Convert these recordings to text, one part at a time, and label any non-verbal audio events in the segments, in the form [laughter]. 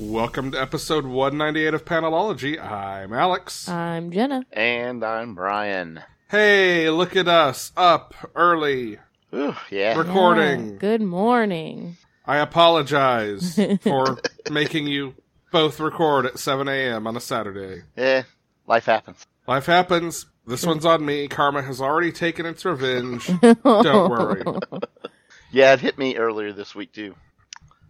Welcome to episode 198 of Panelology. I'm Alex. I'm Jenna. And I'm Brian. hey, look at us, up early. Ooh, yeah. Rec- Recording. Yeah, Ah, good morning. I apologize for [laughs] making you both record at 7 a.m. on a Saturday. Eh, life happens. Life happens. This one's on me. Karma has already taken its [laughs] revenge. Don't worry. Oh, Yeah, it hit me earlier this week, too.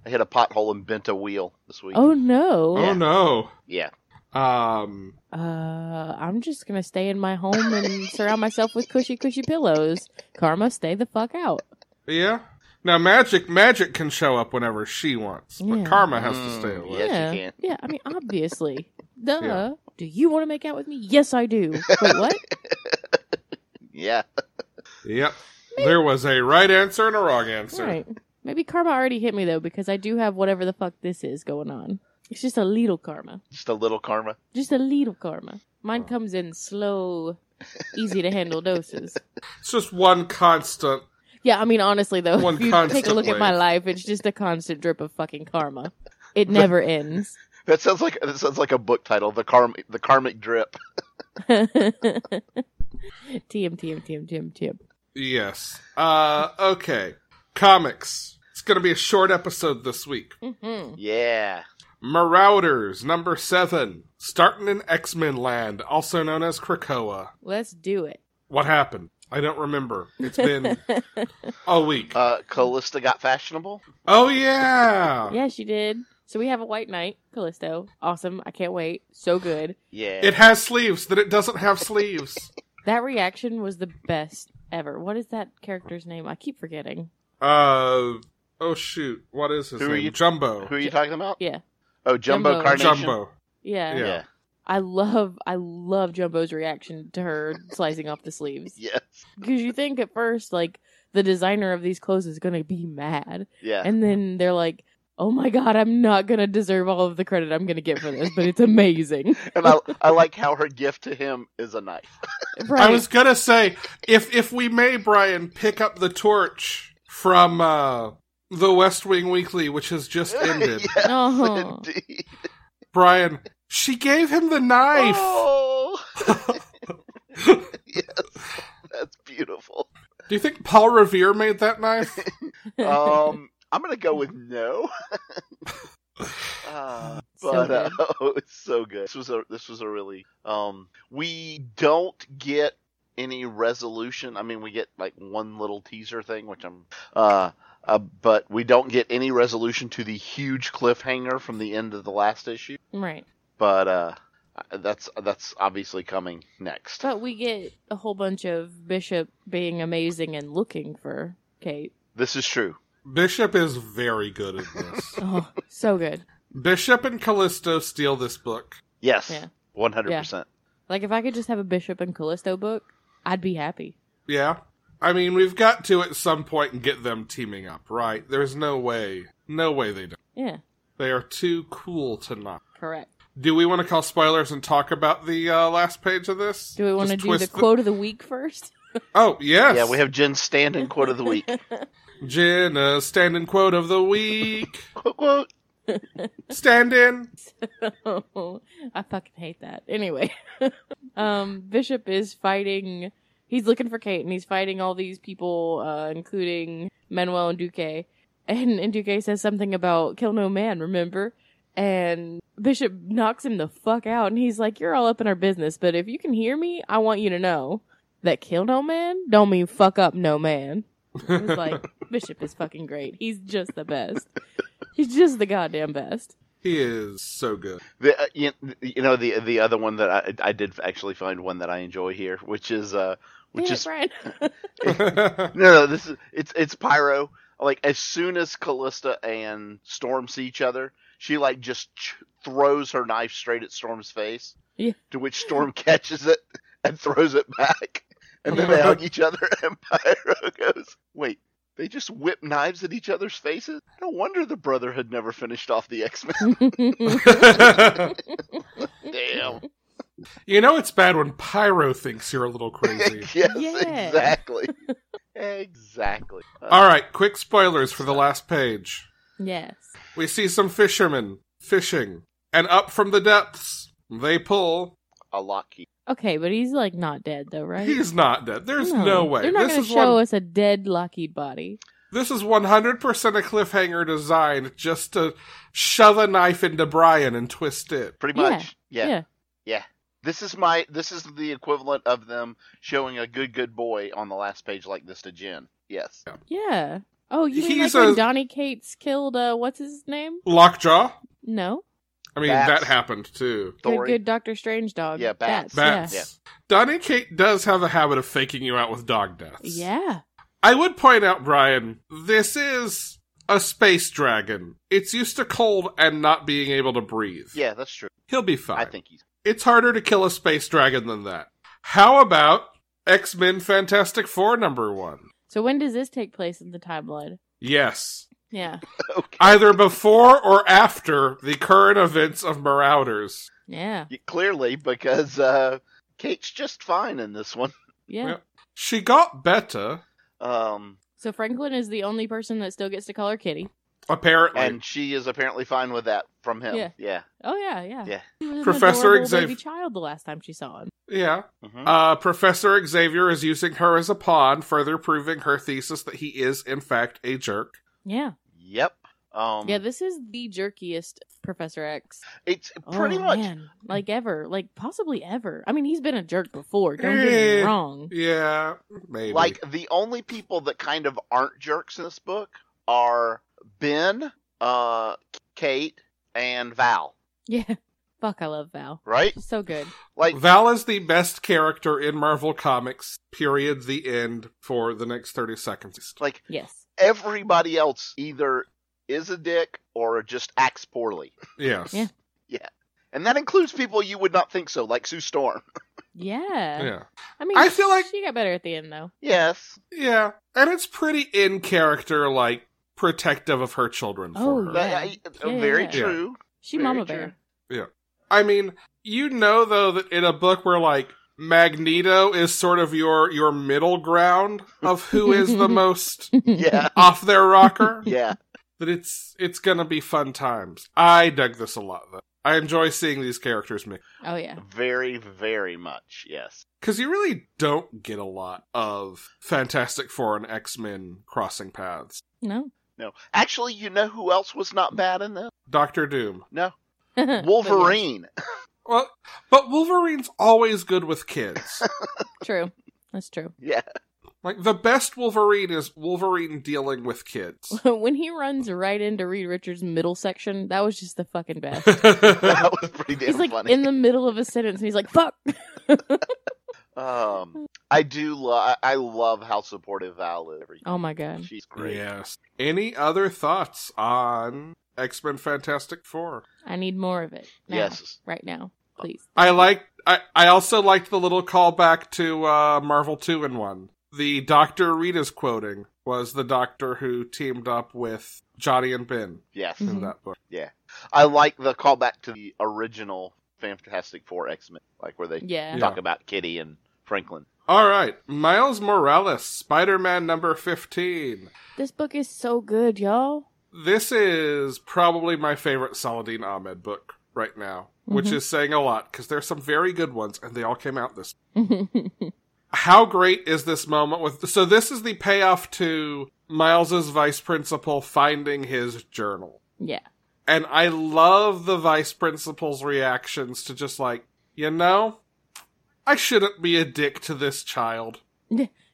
I hit a pothole and bent a wheel this week. Oh no. Oh no. Yeah. Um, Uh, I'm just gonna stay in my home and [laughs] surround myself with cushy, cushy pillows. Karma, stay the fuck out. yeah. Now magic, magic can show up whenever she wants, but Yeah. karma has to Mm, stay away. Yes, you yeah, can. yeah. I mean, obviously, duh. Yeah. Do you want to make out with me? Yes, I [laughs] do. Wait, what? Yeah. Yep. There was a right answer and a wrong All answer. right. Maybe karma already hit me though because I do have whatever the fuck this is going on. It's just a little karma. Just a little karma. Just a little karma. Mine comes in slow, easy to handle doses. It's just one constant. Yeah, I mean, honestly, though, One if you take a constant look at my wave. life, it's just a constant drip of fucking karma. [laughs] It never ends. [laughs] That sounds like that sounds like a book title, The Karm The Karmic Drip. TM, TM, TM, TM, TM. Yes. Uh, okay. Comics. It's going to be a short episode this week. Mm-hmm. Yeah. Marauders, number seven. Starting in X Men Land, also known as Krakoa. Let's do it. What happened? I don't remember. It's [laughs] been [laughs] a week. Uh Callista got fashionable. oh, yeah. yeah, she did. So we have a white knight, Callisto. Awesome. I can't wait. So good. Yeah. It has sleeves that it doesn't have sleeves. That reaction was the best ever. What is that character's name? I keep forgetting. Uh, oh, shoot. What is his Who are name? you- Jumbo. Who are you talking about? Yeah. Oh, Jumbo, Jumbo. Carnation. Jumbo. Yeah. Yeah. Yeah. I love I love Jumbo's reaction to her slicing off the sleeves. Yes. Because you think at first, like, the designer of these clothes is going to be mad. Yeah. And then they're like, oh my God, I'm not going to deserve all of the credit I'm going to get for this, but it's amazing. And I I like how her gift to him is a knife. right. I was gonna say, if if we may, Brian, pick up the torch from uh, the West Wing Weekly, which has [laughs] just ended. yes, [laughs] [laughs] Oh. indeed. Brian, she gave him the knife. Oh. [laughs] yes. That's beautiful. Do you think Paul Revere made that knife? Um, I'm gonna go with no. Uh, [laughs] So but uh, [laughs] oh, it's so good. This was a this was a really um. We don't get any resolution. I mean, we get like one little teaser thing, which I'm uh. Uh, but we don't get any resolution to the huge cliffhanger from the end of the last issue. right. But uh, that's that's obviously coming next. But we get a whole bunch of Bishop being amazing and looking for Kate. This is true. Bishop is very good at this. Oh, so good. Bishop and Callisto steal this book. Yes, Yeah. one hundred percent. Like, if I could just have a Bishop and Callisto book, I'd be happy. Yeah. I mean, we've got to at some point and get them teaming up, right? There's no way. No way they don't. Yeah, They are too cool to not. correct. Do we want to call spoilers and talk about the uh, last page of this? Do we want to Just do the twist quote of the week first? Oh yes, Yeah, we have Jen's stand-in quote of [laughs] the week. Jenna's standing quote of the [laughs] week. quote, quote. Stand in. Oh, I fucking hate that. Anyway, [laughs] um, Bishop is fighting. He's looking for Kate, and he's fighting all these people, uh, including Manuel and Duque. And, and Duque says something about kill no man, remember? And Bishop knocks him the fuck out, and he's like, "You're all up in our business, but if you can hear me, I want you to know that kill no man don't mean fuck up no man." It [laughs] was like Bishop is fucking great. He's just the best. He's just the goddamn best. [laughs] He is so good. [laughs] The, uh, you, you know the the other one that I, I did actually find one that I enjoy here, which is uh which Damn it, is Brian. no no this is it's it's Pyro. Like as soon as Callista and Storm see each other, she like just ch- throws her knife straight at Storm's face. Yeah. To which Storm [laughs] catches it and throws it back, and then they hug each other. [laughs] And Pyro goes, "Wait." They just whip knives at each other's faces. No wonder the Brotherhood never finished off the [laughs] X [laughs] Men. Damn. [laughs] you know it's bad when Pyro thinks you're a little crazy. [laughs] yes, Yeah. exactly. [laughs] [laughs] exactly. Uh, All right, quick spoilers for the last page. yes. We see some fishermen fishing, and up from the depths, they pull. A locky. Okay, but he's like not dead though, right? He's not dead. There's no, way. They're not This going to is, show one, us a dead Lockheed body. this is 100% a cliffhanger designed just to shove a knife into Brian and twist it. Pretty Yeah, much. Yeah. yeah. This is my this is the equivalent of them showing a good good boy on the last page like this to Jen. Yes. Yeah. Oh, you mean He's like when a- Donnie Cates killed uh what's his name? Lockjaw? No. I mean, Bats. that happened too. Good, Dory. good Doctor Strange dog. Yeah, bats. Bats. Yeah. Donnie Kate does have a habit of faking you out with dog deaths. Yeah. I would point out, Brian, this is a space dragon. It's used to cold and not being able to breathe. Yeah, that's true. He'll be fine. I think he's [laughs] It's harder to kill a space dragon than that. How about X Men Fantastic Four number one? So when does this take place in the timeline? Yes. Yeah. okay. Either before or after the current events of Marauders. Yeah. Yeah, Clearly because uh Kate's just fine in this one. Yeah. Yeah. She got better, Um So Franklin is the only person that still gets to call her Kitty. apparently. and she is apparently fine with that from him. Yeah. Yeah. Oh yeah, yeah. Yeah. He was an Professor adorable Xav- baby child the last time she saw him. yeah. Mhm. Uh, Professor Xavier is using her as a pawn, further proving her thesis that he is, in fact, a jerk. Yeah. yep. Um Yeah, this is the jerkiest Professor X. it's pretty Oh, much man. like ever, like possibly ever. I mean, he's been a jerk before. Don't get me Eh. wrong. Yeah, maybe. Like the only people that kind of aren't jerks in this book are Ben, uh, Kate, and Val. Yeah. [laughs] Fuck, I love Val. [laughs] Right? She's so good. Like Val is the best character in Marvel Comics, period, the end, for the next 30 seconds. like Yes. everybody else either is a dick or just acts poorly, Yes. Yeah. and that includes people you would not think so, like Sue Storm. Yeah. Yeah. I mean, I feel like- she got better at the end though. Yes, Yeah. And it's pretty in character, like, protective of her children Oh, for her. yeah. That- I- uh, Yeah, very yeah, yeah. true. She Very mama true. bear. [laughs] I mean, you know though that in a book where like Magneto is sort of your your middle ground of who is the most Yeah, off their rocker, [laughs] [laughs] yeah. that it's it's gonna be fun times. I dug this a lot though. I enjoy seeing these characters mix oh yeah. Very, very much. Yes. because you really don't get a lot of Fantastic Four and X Men crossing paths. No. [laughs] No. Actually, you know who else was not bad in this? Doctor Doom. [laughs] No. But yes, Wolverine. [laughs] Well, but Wolverine's always good with kids. True. That's true. [laughs] yeah. like the best Wolverine is Wolverine dealing with kids. [laughs] when he runs right into Reed Richards' middle section, that was just the fucking [laughs] best. That was pretty damn He's like funny. in the middle of a sentence and he's like, [laughs] fuck. Um, I do love. I love how supportive Val is. Every- Oh my god. She's great. Yes. Any other thoughts on X Men Fantastic Four? I need more of it. Now. Yes. Oh. Right now. Please. I like. I I also liked the little callback to uh, Marvel Two in One. The Doctor Rita's quoting was the Doctor who teamed up with Johnny and Ben Yes. in Mhm. that book. I like the callback to the original Fantastic Four X Men, like where they Yeah. talk about Kitty and Franklin. [laughs] All right, Miles Morales, Spider Man number fifteen. This book is so good, y'all. This is probably my favorite Saladin Ahmed book right now, which Mhm. is saying a lot because there's some very good ones, and they all came out this yeah. how great is this moment with so this is the payoff to miles's vice principal finding his journal and i love the vice principal's reactions to just like you know i shouldn't be a dick to this child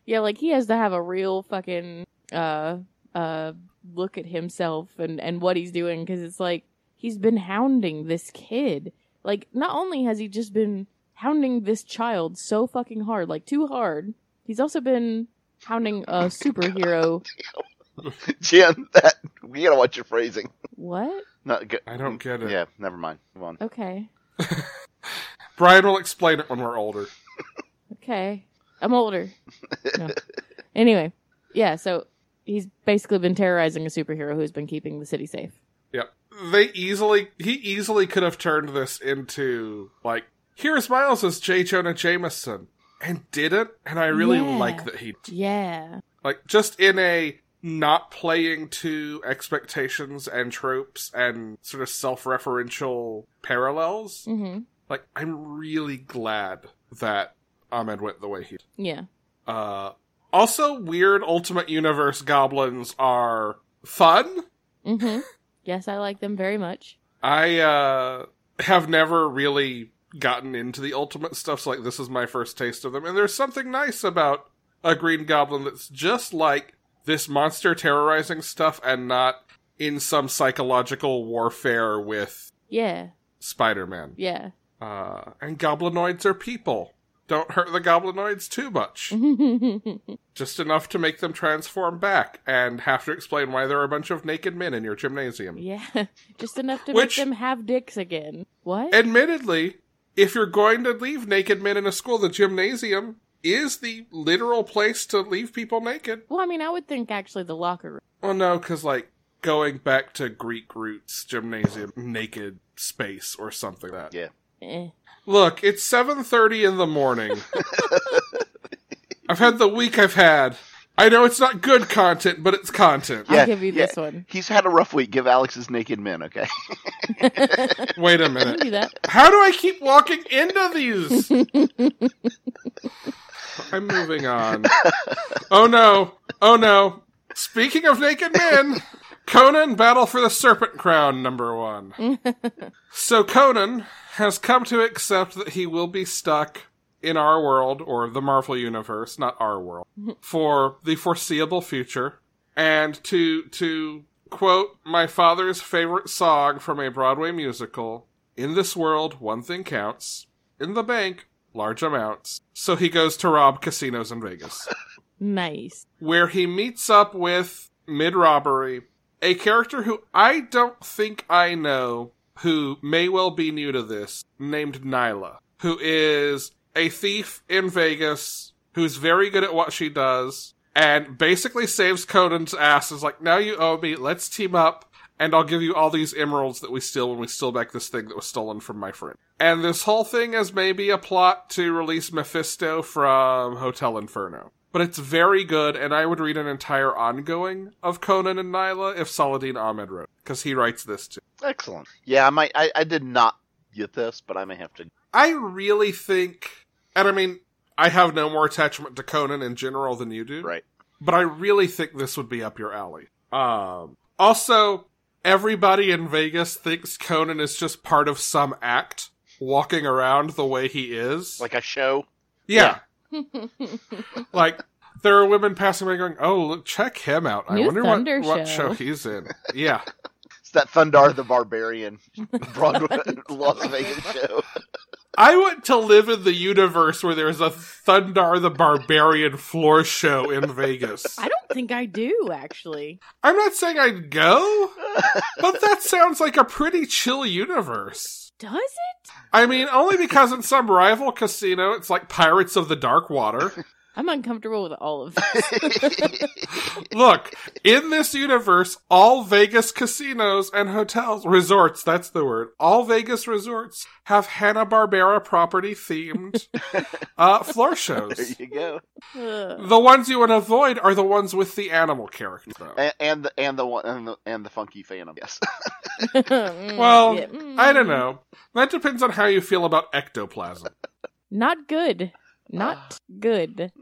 Yeah, like he has to have a real fucking uh uh look at himself and and what he's doing cuz it's like he's been hounding this kid. Like, not only has he just been hounding this child so fucking hard, like too hard, he's also been hounding a superhero. Jen, that you gotta watch your phrasing. what? Not good. I don't get it. Yeah, never mind. Move on. Okay. Brian will explain it when we're older. Okay. I'm older. No. anyway, yeah, so he's basically been terrorizing a superhero who's been keeping the city safe. Yep. They easily he easily could have turned this into like here's Miles as J. Jonah Jameson and didn't, and I really Yeah. like that he Yeah. like just in a not playing to expectations and tropes and sort of self-referential parallels. hmm Like I'm really glad that Ahmed went the way he did. Yeah. Uh also weird Ultimate Universe goblins are fun. hmm Yes, I like them very much. I uh, have never really gotten into the ultimate stuff, so like this is my first taste of them. And there's something nice about a green goblin that's just like this monster terrorizing stuff and not in some psychological warfare with Yeah. Spider Man. Yeah. [laughs] Uh, and goblinoids are people. Don't hurt the goblinoids too much. Mm-hmm. Just enough to make them transform back and have to explain why there are a bunch of naked men in your gymnasium. yeah. Just enough to Which- make them have dicks again. What? Admittedly, if you're going to leave naked men in a school, the gymnasium is the literal place to leave people naked. well, I mean, I would think actually the locker room. Well, no, because, like, going back to Greek roots, gymnasium, naked space or something like that. Yeah. Eh. Look, it's 7.30 in the morning. I've had the week I've had. I know it's not good content, but it's content. I'll Yeah, give you yeah. this one. He's had a rough week. Give Alex's naked men, okay? [laughs] Wait a I'll minute. do that. How do I keep walking into these? [laughs] I'm moving on. Oh no. Oh no. Speaking of naked men, Conan Battle for the Serpent Crown number [laughs] 1. so Conan has come to accept that he will be stuck in our world or the Marvel universe, not our [laughs] world, for the foreseeable future and to to quote my father's favorite song from a Broadway musical, in this world one thing counts, in the bank large amounts. So he goes to rob casinos in Vegas, Nice. where he meets up with mid-robbery a character who I don't think I know who may well be new to this, named Nyla, who is a thief in Vegas who's very good at what she does and basically saves Conan's ass. Is like, now you owe me. Let's team up. And I'll give you all these emeralds that we steal when we steal back this thing that was stolen from my friend. And this whole thing is maybe a plot to release Mephisto from Hotel Inferno. But it's very good, and I would read an entire ongoing of Conan and Nyla if Saladin Ahmed wrote, because he writes this too. Excellent. Yeah, I might. I, I did not get this, but I may have to. I really think, and I mean, I have no more attachment to Conan in general than you do, Right. but I really think this would be up your alley. Um, also, everybody in Vegas thinks Conan is just part of some act, walking around the way he is. Like a show. yeah, like there are women passing by going, "Oh, look, check him out! I New wonder what, Thunder what show." show he's in." Yeah. It's that Thundar the Barbarian Broadway Las Vegas show. [laughs] I want to live in the universe where there's a Thundar the Barbarian floor show in Vegas. [laughs] I don't think I do, actually. I'm not saying I'd go, but that sounds like a pretty chill universe. Does it? I mean, only because in some rival casino, it's like Pirates of the Dark Water. I'm uncomfortable with [laughs] all of this. Look, in this universe, all Vegas casinos and hotels, resorts, that's the word, all Vegas resorts have Hanna-Barbera property [laughs] themed uh, floor shows. there you go. Ugh. The ones you would avoid are the ones with the animal character, though. And, and the and the one and the, and the funky Phantom. Yes. Mm, Well, yeah, mm. I don't know. That depends on how you feel about ectoplasm. Not good. Ah. Not good.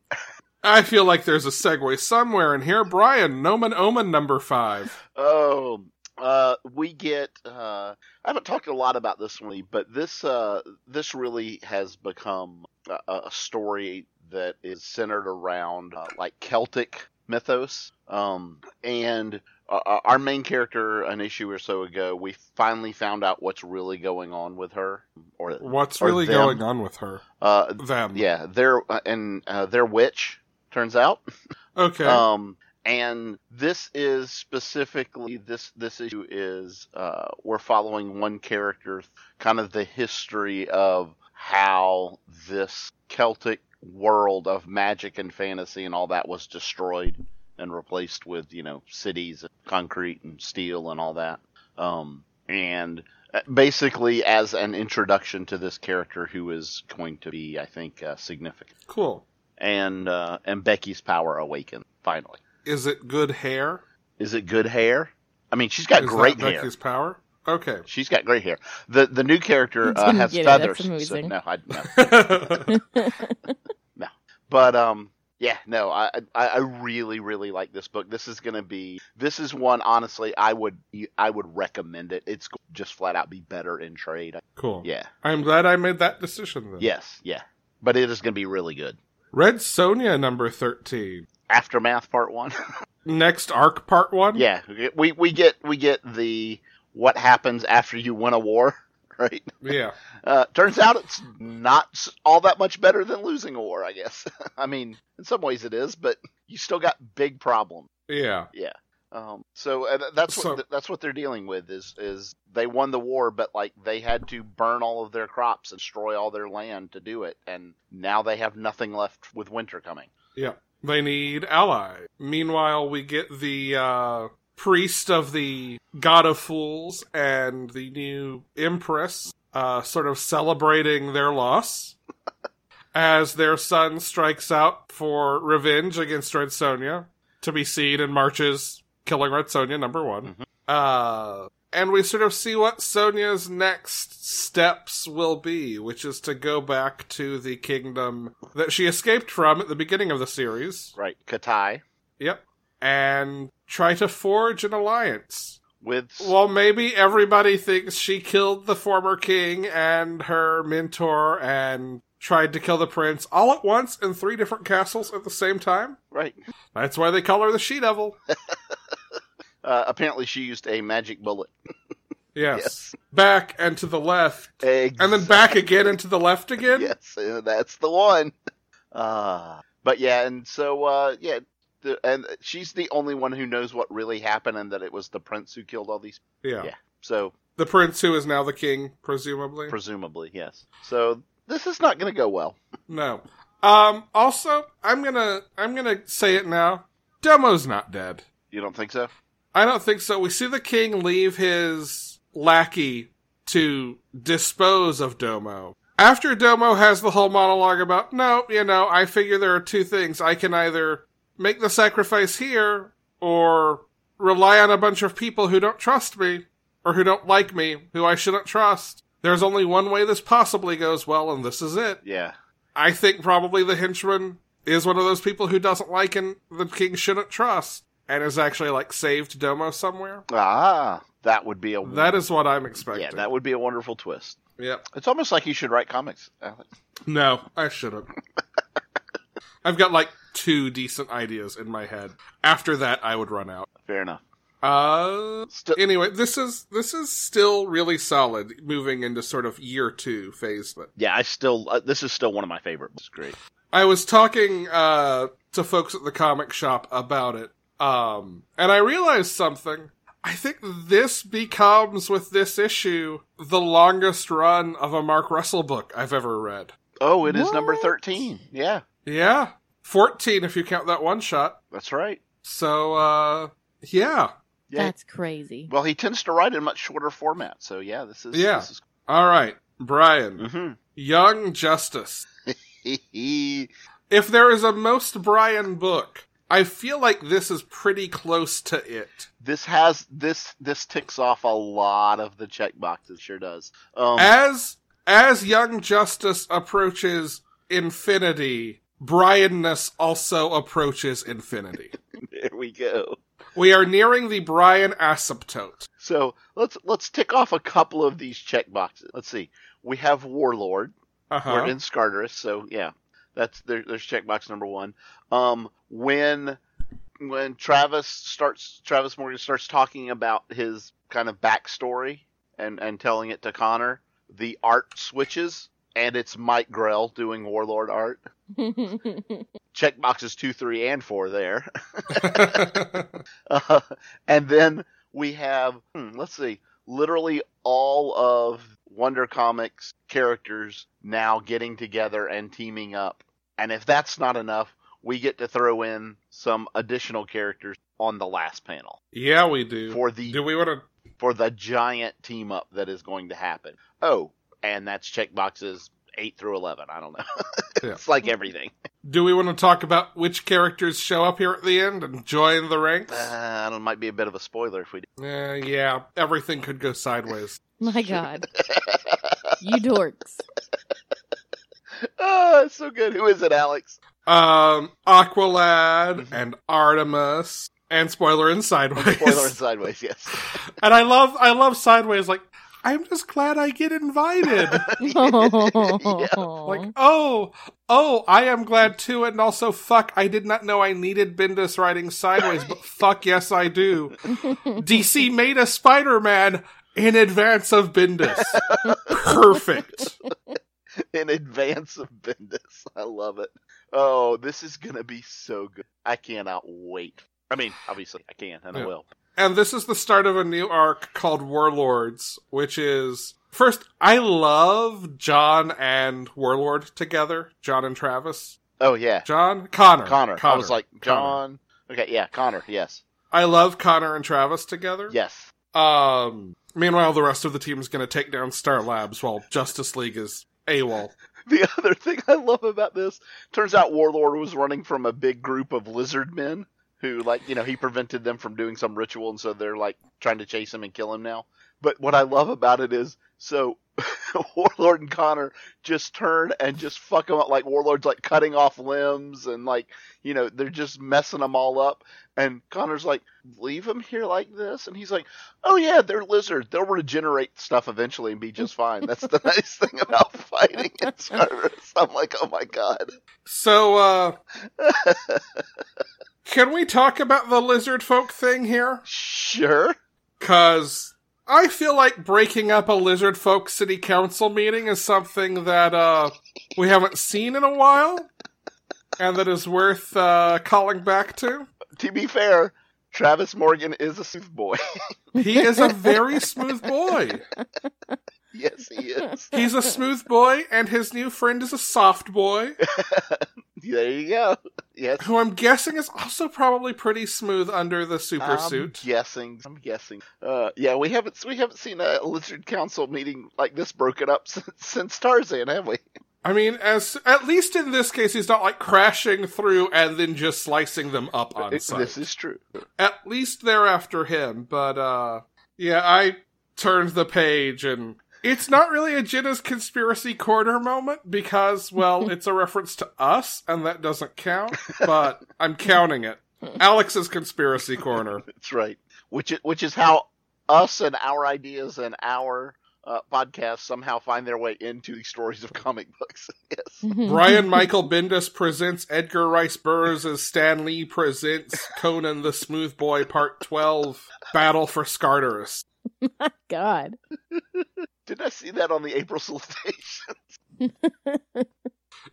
I feel like there's a segue somewhere in here. Brian, Nomen Omen number five. Oh, uh, we get. Uh, I haven't talked a lot about this one, but this uh, this really has become a, a story that is centered around uh, like Celtic mythos, um, and uh, our main character an issue or so ago, we finally found out what's really going on with her, or What's Or really them. going on with her? uh, Them. yeah, their uh, and uh, their witch turns out. Okay. Um, and this is specifically this this issue is uh, we're following one character, kind of the history of how this Celtic world of magic and fantasy and all that was destroyed and replaced with you know cities, concrete and steel and all that. Um, and uh, basically as an introduction to this character who is going to be, I think, uh, significant. cool. And uh, and Becky's power awakens finally. Is it good hair? Is it good hair? I mean, she's got Is great that hair. Becky's power? [laughs] Okay. [laughs] She's got great hair. The the new character You uh, didn't has get it, feathers. that's amazing. So, no, I no. yeah, But um, yeah, no, I I, I really really like this book. This is gonna be this is one honestly I would I would recommend it. It's just flat out be better in trade. cool. Yeah. I'm glad I made that decision then. Yes. Yeah. But it is gonna be really good. Red Sonia number 13. Aftermath Part One. Next arc part 1? yeah. We we get we get the what happens after you win a war, [laughs] right? Yeah. Uh, turns out it's not s- all that much better than losing a war, I guess. [laughs] I mean, in some ways it is, but you still got big problems. Yeah. Um, so uh, th- that's what, So- th- that's what they're dealing with is is they won the war, but like they had to burn all of their crops and destroy all their land to do it, and now they have nothing left with winter coming. They need allies. Meanwhile, we get the uh, priest of the god of fools and the new empress uh, sort of celebrating their loss as their son strikes out for revenge against Red Sonia to be seen in marches killing Red Sonia number one. Mhm. Uh, and we sort of see what Sonia's next steps will be, which is to go back to the kingdom that she escaped from at the beginning of the series. Right, Katai Yep. And try to forge an alliance. with Well, maybe everybody thinks she killed the former king and her mentor and tried to kill the prince all at once in three different castles at the same time. right. That's why they call her the she devil. Uh, apparently, she used a magic bullet. [laughs] Yes. Back and to the left. Ex- And then back again and to the left again. yes, uh, that's the one. [laughs] Uh, but yeah, and so uh, yeah, the, and she's the only one who knows what really happened and that it was the prince who killed all these. Yeah. Yeah. So The prince who is now the king, presumably. presumably, yes. So this is not going to go well. no. Um also, I'm going to I'm going to say it now. Demo's not dead. You don't think so? I don't think so. We see the king leave his lackey to dispose of Domo. After Domo has the whole monologue about, no, you know, I figure there are two things. I can either make the sacrifice here or rely on a bunch of people who don't trust me or who don't like me, who I shouldn't trust. There's only one way this possibly goes well, and this is it. Yeah. I think probably the henchman is one of those people who doesn't like and the king shouldn't trust, and is actually like saved Domo somewhere. Ah, that would be a That is what I'm expecting. yeah, that would be a wonderful twist. Yep. It's almost like you should write comics. Alex. No, I [laughs] shouldn't. I've got like two decent ideas in my head. After that, I would run out. Fair enough. Uh, Still, anyway, this is this is still really solid. Moving into sort of year two phase, but yeah, I still uh, this is still one of my favorite. It's great. I was talking uh, to folks at the comic shop about it, um, and I realized something. I think this becomes, with this issue, the longest run of a Mark Russell book I've ever read. Oh, it is number What? thirteen. Yeah, Yeah, fourteen if you count that one shot. that's right. So, uh, yeah. Yeah, that's crazy. Well, he tends to write in much shorter format, so yeah, this is Yeah. This is, All right, Brian, Mhm. Young Justice. Hee-hee. If there is a most Brian book, I feel like this is pretty close to it. [laughs] this has this this ticks off a lot of the check boxes. Sure does. Um, as as young justice approaches infinity brianness also approaches infinity [laughs] there we go. we are nearing the brian asymptote So let's let's tick off a couple of these check boxes. Let's see. We have Warlord. We're uh-huh in Scarterus, so yeah, that's there, there's check box number one. Um, when when Travis starts Travis Morgan starts talking about his kind of backstory and and telling it to Connor, the art switches and it's Mike Grell doing Warlord art. Check boxes two, three, and four there, [laughs] uh, [laughs] and then we have hmm, let's see, literally all of Wonder Comics characters now getting together and teaming up. And if that's not enough, we get to throw in some additional characters on the last panel [laughs] yeah, we do. for the do we want to? for the giant team up that is going to happen. Oh, and that's check boxes eight through eleven. I don't know. [laughs] it's like everything. Do we want to talk about which characters show up here at the end and join the ranks? Uh, it might be a bit of a spoiler if we do. Eh, yeah, everything could go sideways. [laughs] My God, you dorks! oh, it's so good. Who is it, Alex? Um, Aqualad and Artemis and spoiler and sideways. Spoiler Mm-hmm. and sideways. Yes. and I love, I love sideways. Like I'm just glad I get invited. like [laughs] [laughs] oh, oh, I am glad too. And also, fuck, I did not know I needed Bendis writing sideways, but fuck, yes, I do. Oh DC made a Spider-Man in advance of Bendis. Perfect. in advance of Bendis. [laughs] I love it. Oh, this is gonna be so good. I cannot wait. I mean, obviously, I can and Yeah. I will. And this is the start of a new arc called Warlords, which is first, I love John and Warlord together, John and Travis. Oh yeah, John? Connor. Connor. I was like Connor. John. Okay, yeah, Connor. Yes, I love Connor and Travis together. yes. Um meanwhile the rest of the team is gonna take down Star Labs while Justice League is AWOL. The [laughs] other thing I love about this turns out Warlord was running from a big group of lizard men who, like, you know, he prevented them from doing some ritual, and so they're like trying to chase him and kill him now. But what I love about it is so [laughs] Warlord and Connor just turn and just fuck them up. Like Warlord's like cutting off limbs and like you know they're just messing them all up. And Connor's like, leave them here like this, and he's like, oh yeah, they're lizard. They'll regenerate stuff eventually and be just fine. That's the [laughs] nice thing about fighting in Star Wars. [laughs] I'm like, oh my god. So uh Can we talk about the lizard folk thing here? Sure. Cause I feel like breaking up a lizard folk city council meeting is something that uh we haven't seen in a while and that is worth uh calling back to. To be fair, Travis Morgan is a sooth boy. [laughs] He is a very smooth boy. yes, he is. [laughs] He's a smooth boy and his new friend is a soft boy. There you go. Yes. who I'm guessing is also probably pretty smooth under the super I'm suit. guessing. I'm guessing. Uh, yeah, we haven't we haven't seen a lizard council meeting like this broken up [laughs] since, since Tarzan, have we? I mean, as at least in this case, he's not like crashing through and then just slicing them up on It- site. this is true. At least they're after him, but uh, yeah, I turned the page and it's not really a Jinnah's conspiracy corner moment because, [laughs] well, it's a reference to us and that doesn't count. But I'm counting it. Alex's conspiracy corner. That's right. Which is, which is how us and our ideas and our uh, podcasts somehow find their way into the stories of comic books. [laughs] yes. Mm-hmm. Brian Michael Bendis presents Edgar Rice Burroughs as Stan Lee presents Conan the Smooth Boy Part 12 Battle for Scarterus. God, Did I see that on the April [laughs] solicitation?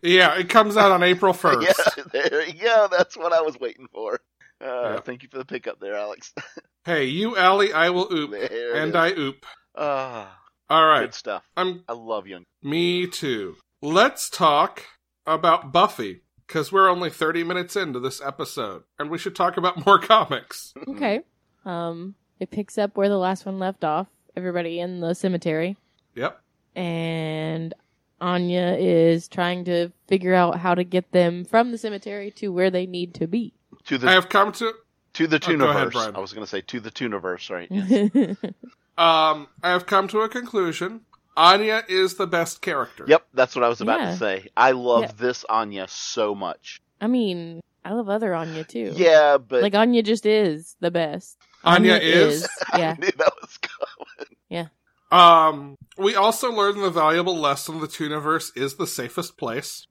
Yeah, it comes out on April 1st. [laughs] yeah, there you go. That's what I was waiting for. Uh, Yeah. Thank you for the pickup there, Alex. [laughs] Hey, you alley, I will oop. There it And is. I oop. Ah, All good right. stuff. I'm I love young. me too. Let's talk about Buffy cuz we're only 30 minutes into this episode and we should talk about more [laughs] comics. okay. Um, it picks up where the last one left off. Everybody in the cemetery, Yep. and Anya is trying to figure out how to get them from the cemetery to where they need to be. [laughs] To the I have come to to the Oh, go ahead, Tooniverse. Brian. I was going to say to the Tooniverse, right? Mm-hmm. um I have come to a conclusion. Anya is the best character. Yep, that's what I was about Yeah. to say. I love Yeah. this Anya so much. I mean, I love other Anya too. Yeah, but like Anya just is the best. Anya is? [laughs] I yeah. knew that was coming. Um, we also learned the valuable lesson the Tooniverse is the safest place.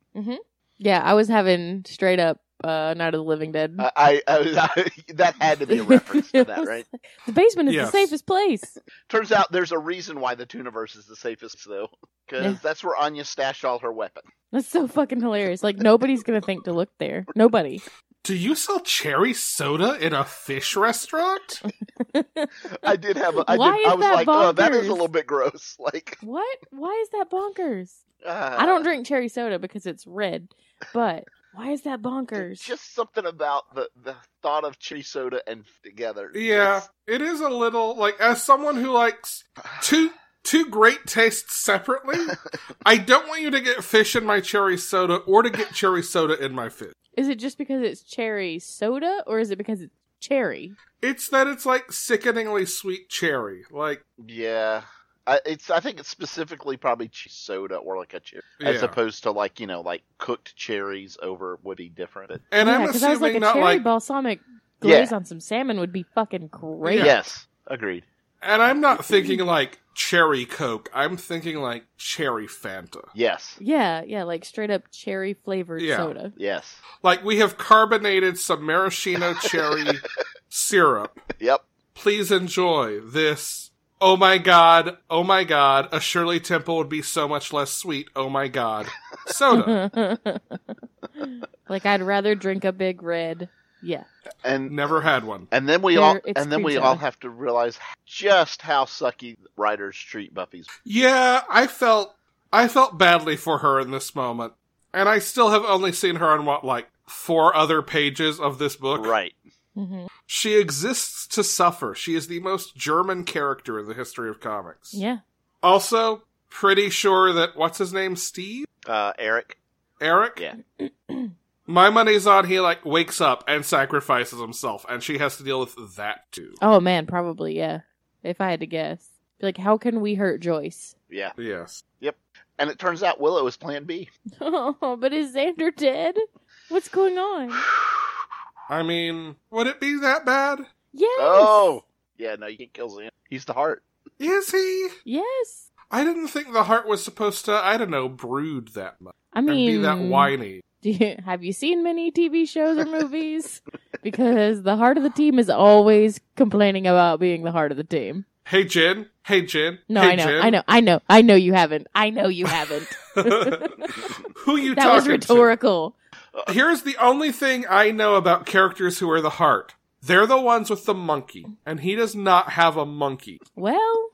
Yeah, I was having straight up uh, Night of the Living Dead. I, I, I, was- [laughs] that had [laughs] to be a reference to that, right? the basement is Yes. the safest place. Turns out there's a reason why the Tooniverse is the safest, though, because Yeah. that's where Anya stashed all her weapons. That's so fucking hilarious. Like nobody's gonna think to look there. Nobody. [laughs] Do you sell cherry soda in a fish [laughs] restaurant? [laughs] I did have. A, I Why did, is I was that like, oh, that is bonkers? a little bit gross. [laughs] Like, What? Why is that bonkers? uh, I don't drink cherry soda because it's red, but why is that bonkers? Just something about the the thought of chili soda and f- together. Yeah, it is a little like as someone who likes two two great tastes [laughs] separately, I don't want you to get fish in my cherry soda or to get cherry soda in my fish. Is it just because it's cherry soda or is it because it's cherry? It's that it's like sickeningly sweet cherry. Like [sighs] Yeah. I, it's. I think it's specifically probably chili soda or like a cherry, as yeah. opposed to like you know like cooked cherries over would be different. But, and I'm yeah, I was like assuming a not cherry like balsamic Yeah. glaze on some salmon would be fucking great. Yes, agreed. and I'm not thinking like cherry coke. I'm thinking like cherry Fanta. Yes, Yeah, yeah, like straight up cherry flavored Yeah. soda. yes, Like we have carbonated some maraschino cherry syrup. yep. please enjoy this. Oh my god, oh my god, a Shirley Temple would be so much less sweet, oh my god. [laughs] Soda. like I'd rather drink a big red. Yeah. And Never had one. And then we There- all it's and then we cream all soda. have to realize just how sucky writers treat Buffy's. Yeah, I felt I felt badly for her in this moment. And I still have only seen her on what, like four other pages of this book. Right. hmm She exists to suffer. She is the most German character in the history of comics. Yeah. [clears throat] Also, pretty sure that what's his name? Steve? Uh, Eric. Eric? Yeah. My money's on he like wakes up and sacrifices himself, and she has to deal with that too. Oh man, probably, yeah. If I had to guess. Be Like, how can we hurt Joyce? [laughs] Yeah. Yes. And it turns out Willow is plan B. [sighs] Oh, but is Xander dead? What's going on? I mean, would it be that bad? Yes. Oh. Yeah, no, you can't kill Xan. He's the heart. Is he? Yes. I didn't think the heart was supposed to, I don't know, brood that much. I And be mean, that whiny. [laughs] do you, have you seen many TV shows or movies? [laughs] because the heart of the team is always complaining about being the heart of the team. Hey, Jin. Hey, Jin. No, hey, I know, Jin. I know, [laughs] I know, I know you haven't. I know you haven't. [laughs] Who you that talking was rhetorical. to? Here's the only thing I know about characters who are the heart. They're the ones with the monkey, and he does not have a monkey. Well,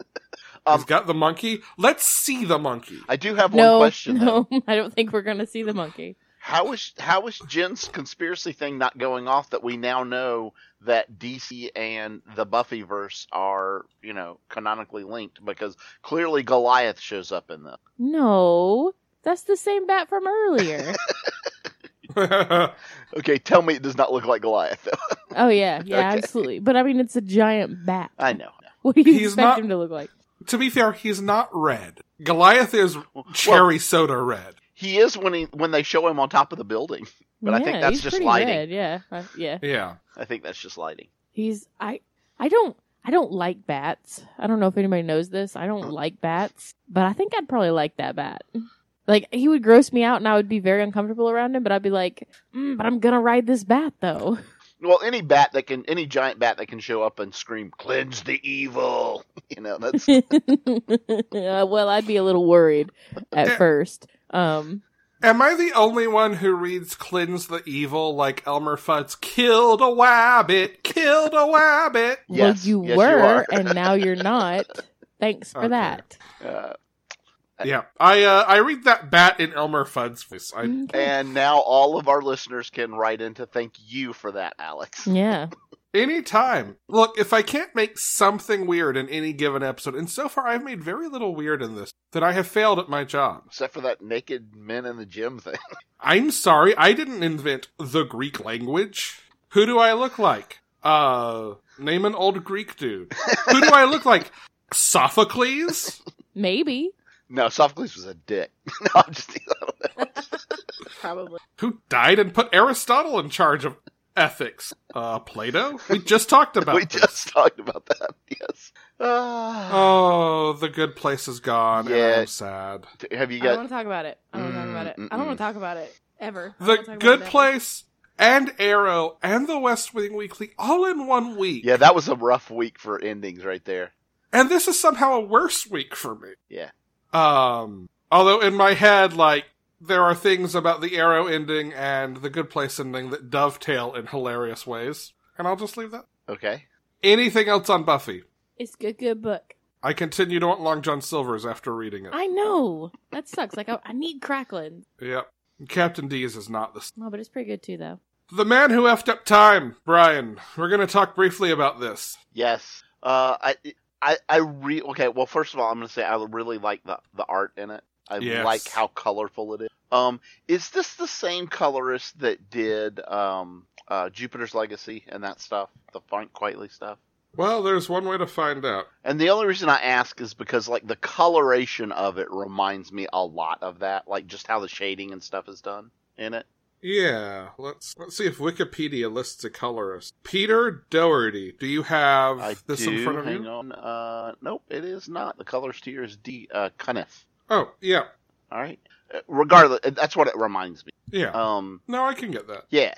Um, He's got the monkey. Let's see the monkey. [laughs] I do have one no, question. no, Though. [laughs] I don't think we're gonna see the monkey. How is how is Jen's conspiracy thing not going off that we now know that DC and the Buffyverse are, you know, canonically linked because clearly Goliath shows up in them. No, that's the same bat from earlier. [laughs] Okay, tell me it does not look like [laughs] Goliath though. oh yeah, yeah, Okay. absolutely. But I mean, it's a giant bat. I know. [laughs] What do you He's expect not- him to look like? to be fair, he's not red. Goliath is cherry soda red. He is when he when they show him on top of the building. [laughs] But I think Yeah, that's he's just pretty lighting. red, yeah, Uh, yeah. Yeah. I think that's just lighting. He's I I don't I don't like bats. I don't know if anybody knows this. I don't like bats, but I think I'd probably like that bat. Like he would gross me out, and I would be very uncomfortable around him. But I'd be like, mm, "But I'm gonna ride this bat, though." Well, any bat that can, any giant bat that can show up and scream, "Cleanse the evil," [laughs] you know, that's [laughs] Uh, well, I'd be a little worried at first. Um, Am I the only one who reads Cleanse the Evil like Elmer Fudd's killed a wabbit, killed a wabbit? Yes, well, you yes, you were, are. and now you're not. Thanks for Okay. that. uh, Yeah. I uh, I read that bat in Elmer Fudd's voice. I, Okay. and now all of our listeners can write in to thank you for that, Alex. yeah. anytime. Look, if I can't make something weird in any given episode, and so far I've made very little weird in this, then I have failed at my job. Except for that naked men in the gym thing. [laughs] I'm sorry, I didn't invent the Greek language. Who do I look like? Uh, name an old Greek dude. Who do I look like? Sophocles? Maybe. No, Sophocles was a dick. [laughs] no, I'm just. Probably. Who died and put Aristotle in charge of ethics? Uh, Plato? We just talked about we this. just talked about that. [laughs] Yes. Uh, Oh, the good place is gone, and Yeah. I'm sad. have you I don't got? want to talk about it. I don't want to talk about it. I don't want Mm, to talk about it ever. I don't wanna The talk about good it ever. place and Arrow and the West Wing Weekly all in one week. Yeah, that was a rough week for endings right there. And this is somehow a worse week for me. Yeah. Um, although in my head, like, there are things about the Arrow ending and the Good Place ending that dovetail in hilarious ways. And I'll just leave that. Okay. Anything else on Buffy? It's a good, good book. I continue to want Long John Silver's after reading it. I know. That sucks. Like, I, I need Cracklin. Yep. Captain D's is not this. No, but it's pretty good too, though. The man who effed up time, Brian. We're going to talk briefly about this. Yes. Uh, I, I, I re. Okay. Well, first of all, I'm going to say I really like the the art in it. I Yes. like how colorful it is. Um, is this the same colorist that did um uh Jupiter's Legacy and that stuff, the Frank Quitely stuff? Well, there's one way to find out. And the only reason I ask is because like the coloration of it reminds me a lot of that, like just how the shading and stuff is done in it. Yeah, let's let's see if Wikipedia lists a colorist. Peter Doherty. Do you have I this do. in front of hang you? on. Uh, nope, it is not. The colorist here is D. Uh, Cuniff. Oh, yeah. All right. Uh, Regardless, uh, that's what it reminds me. Yeah. Um, no, I can get that. yeah,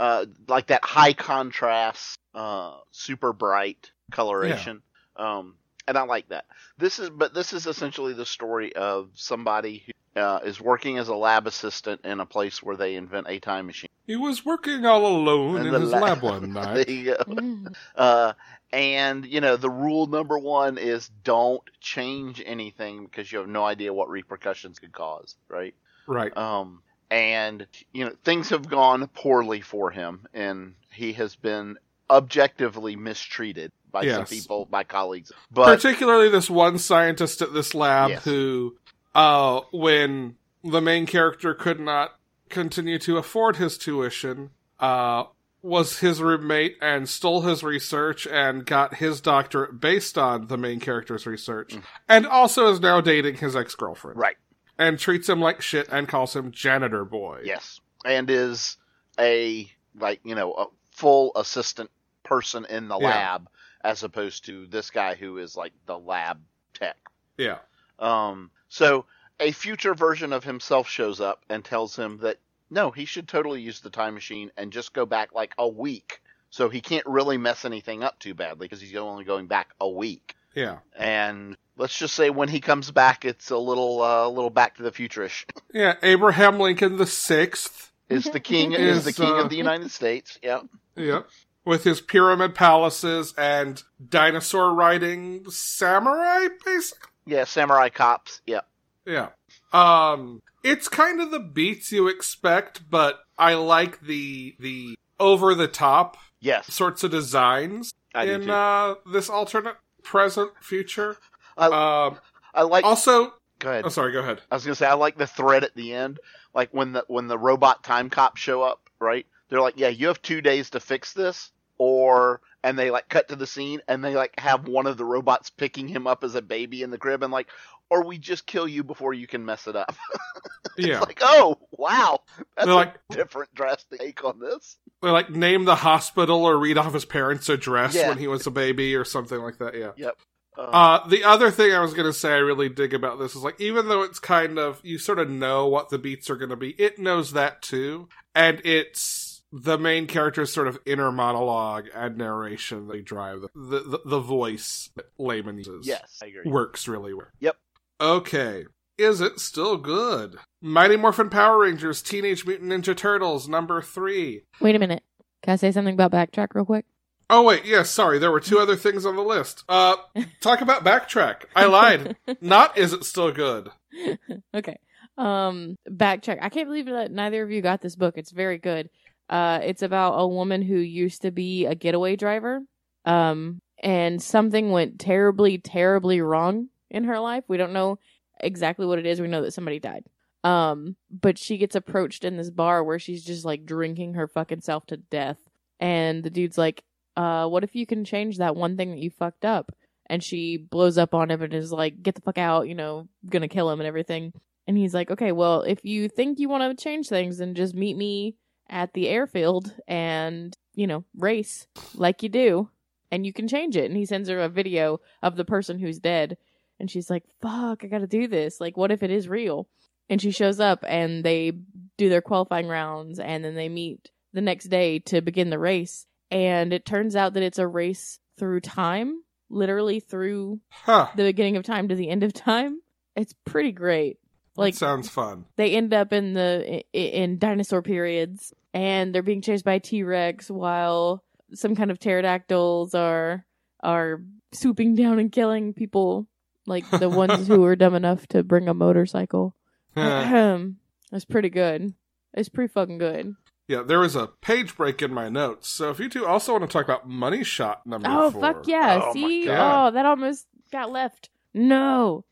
uh, like that high contrast, uh, super bright coloration. Um, and I like that. This is, but this is essentially the story of somebody who uh, is working as a lab assistant in a place where they invent a time machine. He was working all alone And in the his la- lab [laughs] one There night. you go. Mm. Uh, and you know the rule number one is don't change anything because you have no idea what repercussions could cause, right? right. Um, and you know things have gone poorly for him, and he has been objectively mistreated by some Yes. people, by colleagues. But Particularly this one scientist at this lab Yes. who uh when the main character could not continue to afford his tuition, uh was his roommate and stole his research and got his doctorate based on the main character's research Mm. and also is now dating his ex-girlfriend. right, and treats him like shit and calls him janitor boy. yes, and is a like you know a full assistant person in the Yeah. lab as opposed to this guy who is like the lab tech Yeah. Um, so a future version of himself shows up and tells him that no, he should totally use the time machine and just go back like a week. So he can't really mess anything up too badly because he's only going back a week. Yeah. And let's just say when he comes back, it's a little, uh, little Back to the Futurish. Yeah. Abraham Lincoln the sixth. Is the king is the Is, king uh, of the United States? Yeah. Yep. With his pyramid palaces and dinosaur riding samurai, basically. Yeah. Samurai cops. Yeah. Yeah. Um it's kind of the beats you expect, but I like the the over the top Yes. sorts of designs I do in too. uh this alternate present future. I- um I like, also go ahead. oh sorry, go ahead. [laughs] I was gonna say I like the thread at the end, like when the when the robot time cops show up, right? They're like, "Yeah, you have two days to fix this," or and they like cut to the scene and they like have one of the robots picking him up as a baby in the crib and like, or we just kill you before you can mess it up. [laughs] Yeah. It's like, oh wow, that's They're like- a different drastic take on this. They like name the hospital or read off his parents' address Yeah. when he was a baby or something like that. Yeah. Um, Uh, the other thing I was gonna say I really dig about this is like even though it's kind of you sort of know what the beats are gonna be, it knows that too, and it's the main character's sort of inner monologue and narration they drive the the, the, the voice that Layman uses yes, I agree. [laughs] works really well. Yep. Okay. Is it still good? Mighty Morphin Power Rangers Teenage Mutant Ninja Turtles number three. Wait a minute. Can I say something about Backtrack real quick? Oh wait, yes, sorry. There were two other things on the list. Uh talk about backtrack. I [laughs] lied. Not is it still good? okay. Um, backtrack. I can't believe that neither of you got this book. It's very good. Uh, it's about a woman who used to be a getaway driver. Um, and something went terribly, terribly wrong in her life. We don't know exactly what it is. We know that somebody died. Um, but she gets approached in this bar where she's just like drinking her fucking self to death. And the dude's like, uh, what if you can change that one thing that you fucked up? and she blows up on him and is like, "Get the fuck out!" You know, gonna kill him and everything. And he's like, "Okay, well, if you think you want to change things, then just meet me at the airfield and you know race like you do, and you can change it." And he sends her a video of the person who's dead, and she's like, "Fuck, I gotta do this. Like, what if it is real?" And she shows up, and they do their qualifying rounds, and then they meet the next day to begin the race. And it turns out that it's a race through time, literally through Huh. the beginning of time to the end of time. It's pretty great. Like that sounds [laughs] fun. they end up in the i- in dinosaur periods and they're being chased by T-Rex while some kind of pterodactyls are are swooping down and killing people like the ones who were dumb enough to bring a motorcycle. yeah, it's pretty good. It's pretty fucking good. there was a page break in my notes. So if you two also want to talk about money shot number Oh four. fuck yeah. Oh my See? God. Oh, that almost got left. No.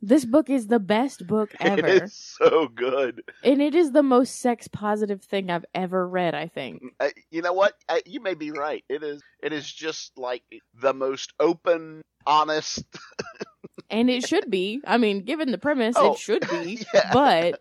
This book is the best book ever. It is so good. And it is the most sex positive thing I've ever read, I think. I, you know what? I, you may be right. It is. It is just like the most open, honest. And it should be. I mean, given the premise, Oh, it should be. [laughs] yeah. But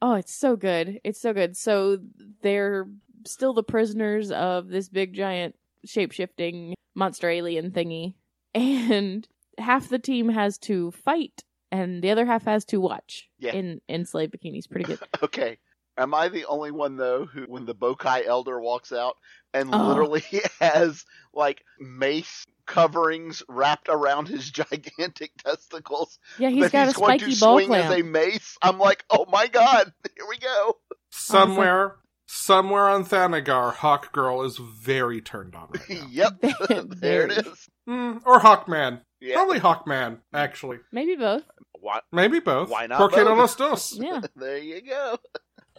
oh, it's so good. It's so good. So they're still the prisoners of this big giant shape-shifting monster alien thingy. And half the team has to fight and the other half has to watch Yeah. in in slave bikinis. Pretty [laughs] good. Okay. Am I the only one though who, when the Bokai Elder walks out and Oh. literally [laughs] has like mace coverings wrapped around his [laughs] gigantic testicles, Yeah, that he's got he's a going spiky to ball swing as a clamp. mace? I'm like, oh my god, [laughs] here [laughs] we go. [laughs] Somewhere somewhere on Thanagar, Hawk Girl is very turned on right [laughs] now. yep. there Very. it is. Mm, or Hawkman. Yeah. Probably Hawkman, actually. Maybe [laughs] both. Why, Maybe both. Why not Porque no both? los dos. Yeah. there you go. [laughs]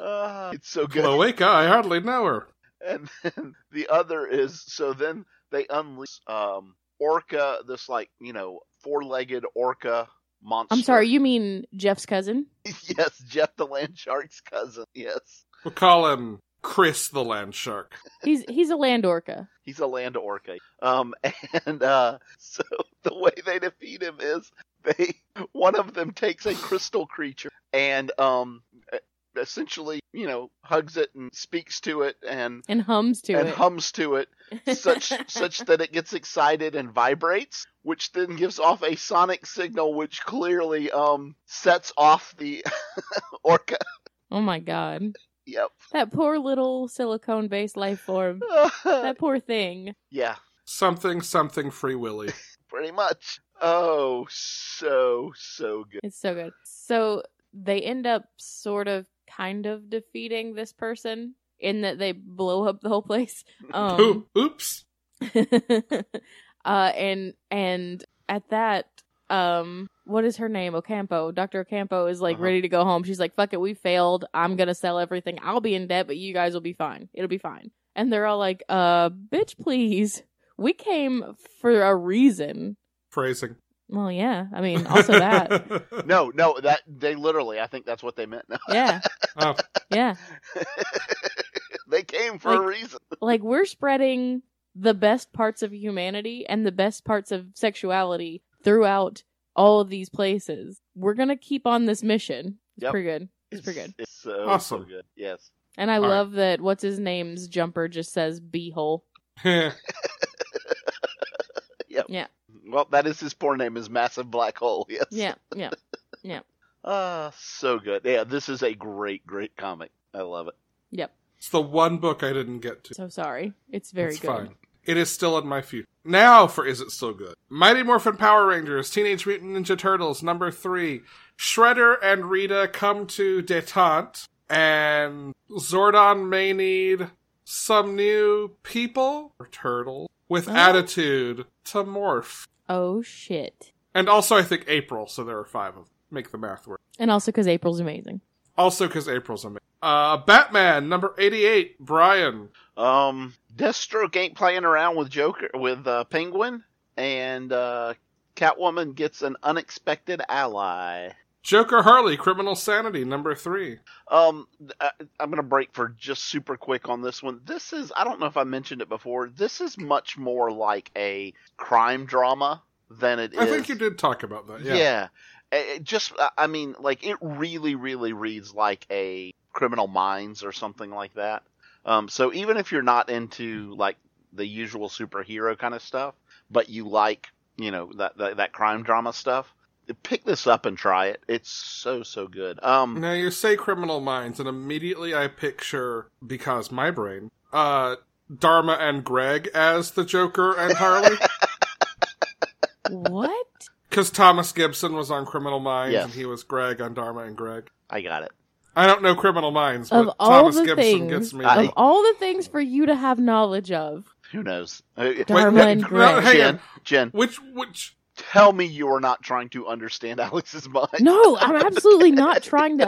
Ah, it's so [laughs] good. Cloaca, I hardly know her. and then [laughs] the other is so then they unleash um orca this like you know four-legged orca monster I'm sorry, you mean Jeff's cousin? [laughs] yes jeff the land shark's cousin yes We'll call him Chris the Land Shark. He's he's a land orca. he's a land orca um [laughs] and uh so [laughs] the way they defeat him is they [laughs] one of them takes a crystal creature and um essentially you know hugs it and speaks to it and And hums to and it. hums to it such [laughs] such that it gets excited and vibrates, which then gives off a sonic signal, which clearly um sets off the [laughs] orca. Oh my god. Yep. That poor little silicone based life form. That poor thing. [laughs] yeah, Something, something free willy. pretty much. Oh, so so good. It's so good. So they end up sort of kind of defeating this person in that they blow up the whole [laughs] place. Um Oop- Oops. [laughs] uh and and at that um what is her name? Ocampo. Dr. Ocampo is like Uh-huh. ready to go home. She's like, "Fuck it, we failed. I'm going to sell everything. I'll be in debt, but you guys will be fine. It'll be fine." And they're all like, "Uh, bitch, please. We came for a reason." Phrasing. Well, yeah. I mean, also [laughs] that. No, no, that they literally. I think that's what they meant. [laughs] No, yeah. Oh. Yeah. they came for a Like- reason. Like we're spreading the best parts of humanity and the best parts of sexuality throughout all of these places. We're going to keep on this mission. It's Yep. pretty good. It's pretty good. It's so, so Awesome. good. Yes. And I All right. love that what's his name's jumper just says beehole. [laughs] Well, that is his porn name is massive black hole. Yes. Yeah. Yeah. Ah, so good. Yeah, this is a great, great comic. I love it. Yep. it's the one book I didn't get to. So sorry. It's very It's good. fine. It is still in my future. Now for Is It Still Good? Mighty Morphin Power Rangers, Teenage Mutant Ninja Turtles, number three. Shredder and Rita come to detente, and Zordon may need some new people, or turtle, with Oh. attitude to morph. Oh shit. And also, I think April, so there are five of them. Make the math work. And also cuz April's amazing. Also, because April's amazing. Uh, Batman, number 88, Brian. Um, Deathstroke ain't playing around with Joker with uh, Penguin, and uh, Catwoman gets an unexpected ally. Joker Harley, Criminal Sanity, number three. Um, th- I, I'm gonna break for just super quick on this one. This is I don't know if I mentioned it before. This is much more like a crime drama than it is. I think you did talk about that. Yeah. Yeah. It- it just, I- I mean, like, it really, really reads like a Criminal Minds or something like that. Um, so even if you're not into, like, the usual superhero kind of stuff, but you like, you know, that, that, that crime drama stuff, pick this up and try it. It's so so good. Um, Now you say criminal minds, and immediately I picture because my brain, uh, Dharma and Greg as the Joker and Harley, what? [laughs] because Thomas Gibson was on Criminal Minds Yes. and he was Greg on Dharma and Greg. I got it. I don't know Criminal Minds, but Of all Thomas the Gibson things- gets me. I- Of all the things for you to have knowledge of, Who knows? Uh, Dharma no, and no, Greg. hang Jen, on. Jen, Which which tell me you are not trying to understand [laughs] Alex's mind. no, I'm absolutely not trying to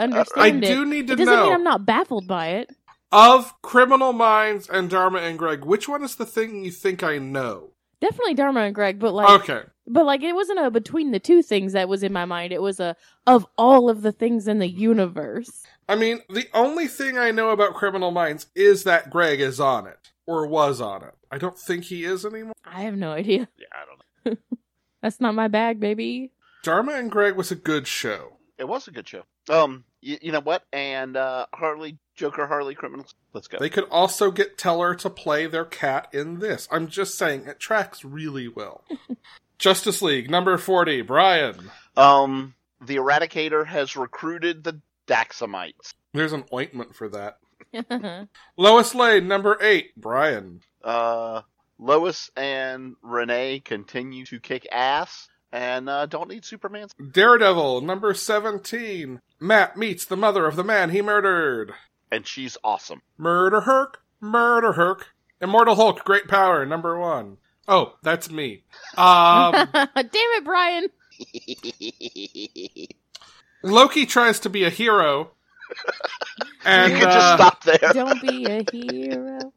[laughs] understand I it. do need to it doesn't know mean I'm not baffled by it. of Criminal Minds and Dharma and Greg. Which one is the thing you think I know? Definitely Dharma and Greg, but like, okay, but like, it wasn't a between the two things that was in my mind. It was a of all of the things in the universe. I mean, the only thing I know about Criminal Minds is that Greg is on it or was on it. I don't think he is anymore. I have no idea. Yeah, I don't know. That's not my bag, [laughs] baby. Dharma and Greg was a good show. It was a good show. Um, you, you know what? And uh, Harley Joker, Harley criminals. Let's go. They could also get Teller to play their cat in this. I'm just saying it tracks really well. Justice League number 40, Brian. Um, the Eradicator has recruited the Daxamites. There's an ointment for that. Um, That's Lois Lane number 8, Brian. Uh, Lois and Renee continue to kick ass and uh, don't need Superman's. Daredevil number 17, Matt meets the mother of the man he murdered. And she's awesome. [laughs] Murder Herc, Murder Herc, Immortal Hulk, Great Power, number one. Oh, that's me. [laughs] Um, [laughs] Damn [laughs] it, Brian. Loki tries to be a [laughs] hero and you could just uh, [laughs] stop there. Don't be a [laughs] hero.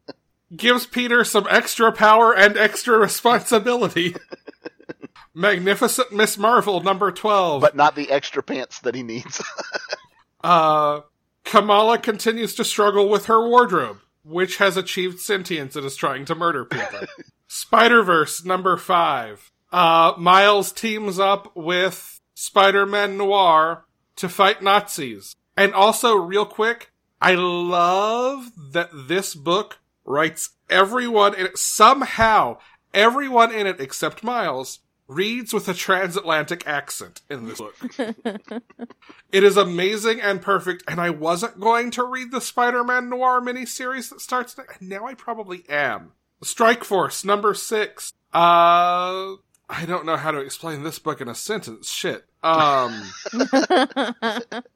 gives Peter some extra power and extra [laughs] [laughs] responsibility. Magnificent Miss Marvel, number 12. But not the extra pants that he needs. [laughs] uh, Kamala continues to struggle with her wardrobe, which has achieved sentience and is trying to murder people. Spider Verse number five. Uh, Miles teams up with Spider Man Noir to fight Nazis. And also, real quick, I love that this book writes everyone in it, somehow, everyone in it except Miles reads with a transatlantic accent in this book. It is amazing and perfect, and I wasn't going to read the Spider-Man Noir miniseries that starts next. and Now I probably am. Strike Force number six. Uh, I don't know how to explain this book in a sentence. Shit. Um,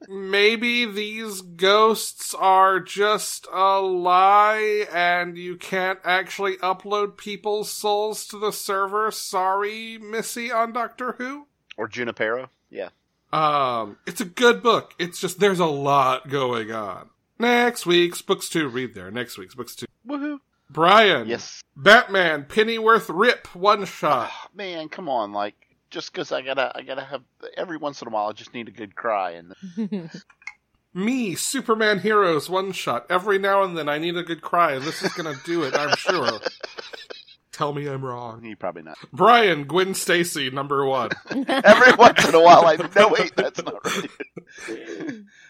maybe these ghosts are just a lie, and you can't actually upload people's souls to the server. Sorry, Missy on Doctor Who. or Junipero. Yeah. Um, it's a good book. It's just there's a lot going on. Next week's books to read there. Next week's books to Woohoo. Brian. Yes. Batman Pennyworth Rip one shot. Ah, man, come on. Like, just because I gotta, I gotta have every once in a while, I just need a good cry. And [laughs] Me Superman Heroes one shot. Every now and then I need a good cry, and this is gonna do it. I'm [laughs] sure. Tell me I'm wrong. he probably not. [laughs] Brian Gwen Stacy number one. Every once in a while, I no wait, that's not right. [laughs]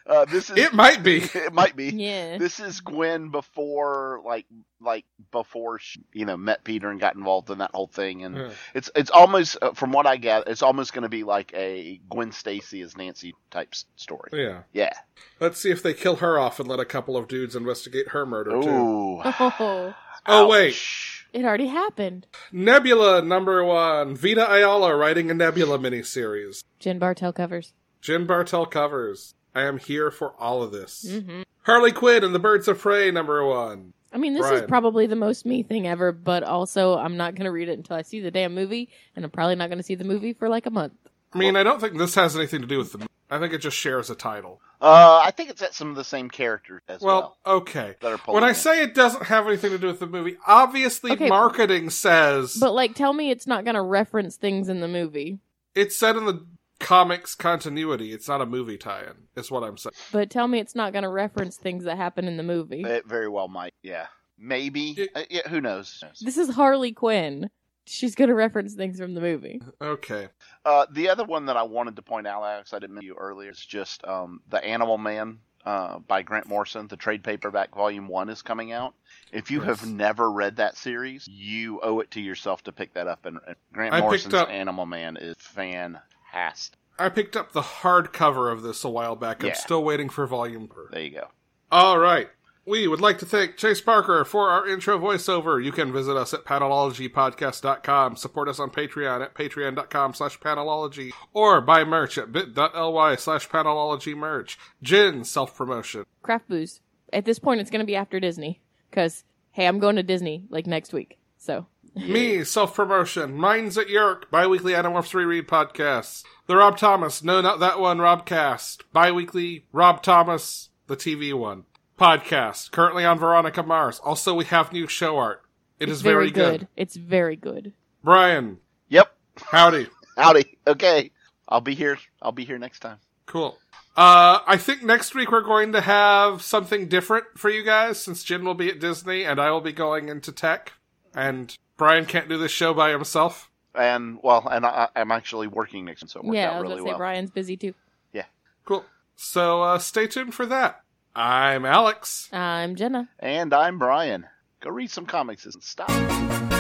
Uh, this is It might be. [laughs] it might be. [laughs] yeah. This is Gwen before, like, like before she, you know, met Peter and got involved in that whole thing, and Yeah. it's it's almost, uh, from what I gather, it's almost going to be like a Gwen Stacy as Nancy type s- story. Yeah. Yeah. Let's see if they kill her off and let a couple of dudes investigate her murder too. Ooh. [laughs] Oh, Oh wait. Ouch. it already happened. Nebula number one. Vita Ayala writing a Nebula miniseries. Jen Bartel covers. Jim Bartel covers. I am here for all of this. hmm Harley Quinn and the Birds of Prey number one. I mean, this Brian. is probably the most me thing ever, but also I'm not going to read it until I see the damn movie, and I'm probably not going to see the movie for like a month. I mean, I don't think this has anything to do with the. I think it just shares a title. Uh, I think it's at some of the same characters as well. Well, okay. that are pulling When I it. say it doesn't have anything to do with the movie, obviously Okay. marketing says But like, tell me it's not going to reference things in the movie. it's set in the comics continuity. It's not a movie tie-in. Is what I'm saying. But tell me it's not going to reference things that happen in the movie. It very well might. Yeah, maybe. It- Uh, yeah, who knows? This is Harley Quinn. She's going to reference things from the movie. Okay. Uh, the other one that I wanted to point out, Alex, I didn't mention you earlier, is just um, the Animal Man uh, by Grant Morrison. The trade paperback volume one is coming out. If you Yes. have never read that series, you owe it to yourself to pick that up. And, and Grant I picked Morrison's up- Animal Man is fantastic. I picked up the hardcover of this a while back. I'm Yeah. still waiting for volume per. There you go. All right. We would like to thank Chase Parker for our intro voiceover. You can visit us at panelologypodcast.com, support us on Patreon at patreon.com slash panelology, or buy merch at bit.ly slash panelology merch. Jin, self-promotion. Craft booze. At this point, it's going to be after Disney because hey, I'm going to Disney like next week. So Me, self-promotion. Mine's at York, bi-weekly Animorphs Reread podcasts. The Rob Thomas, no, not that one, Robcast. Bi-weekly Rob Thomas, the TV one. Podcast, currently on Veronica Mars. Also, we have new show art. It it's is very, good. It's very good. Brian, Yep. howdy. Howdy. Okay. I'll be here. I'll be here next time. Cool. Uh, I think next week we're going to have something different for you guys since Jin will be at Disney and I will be going into tech. And Brian can't do this show by himself. And well, and I, I'm actually working next, time, so it worked yeah, I was out really going to say well. Brian's busy too. Cool. So uh, stay tuned for that. I'm Alex. I'm Jenna. And I'm Brian. Go read some comics and stop.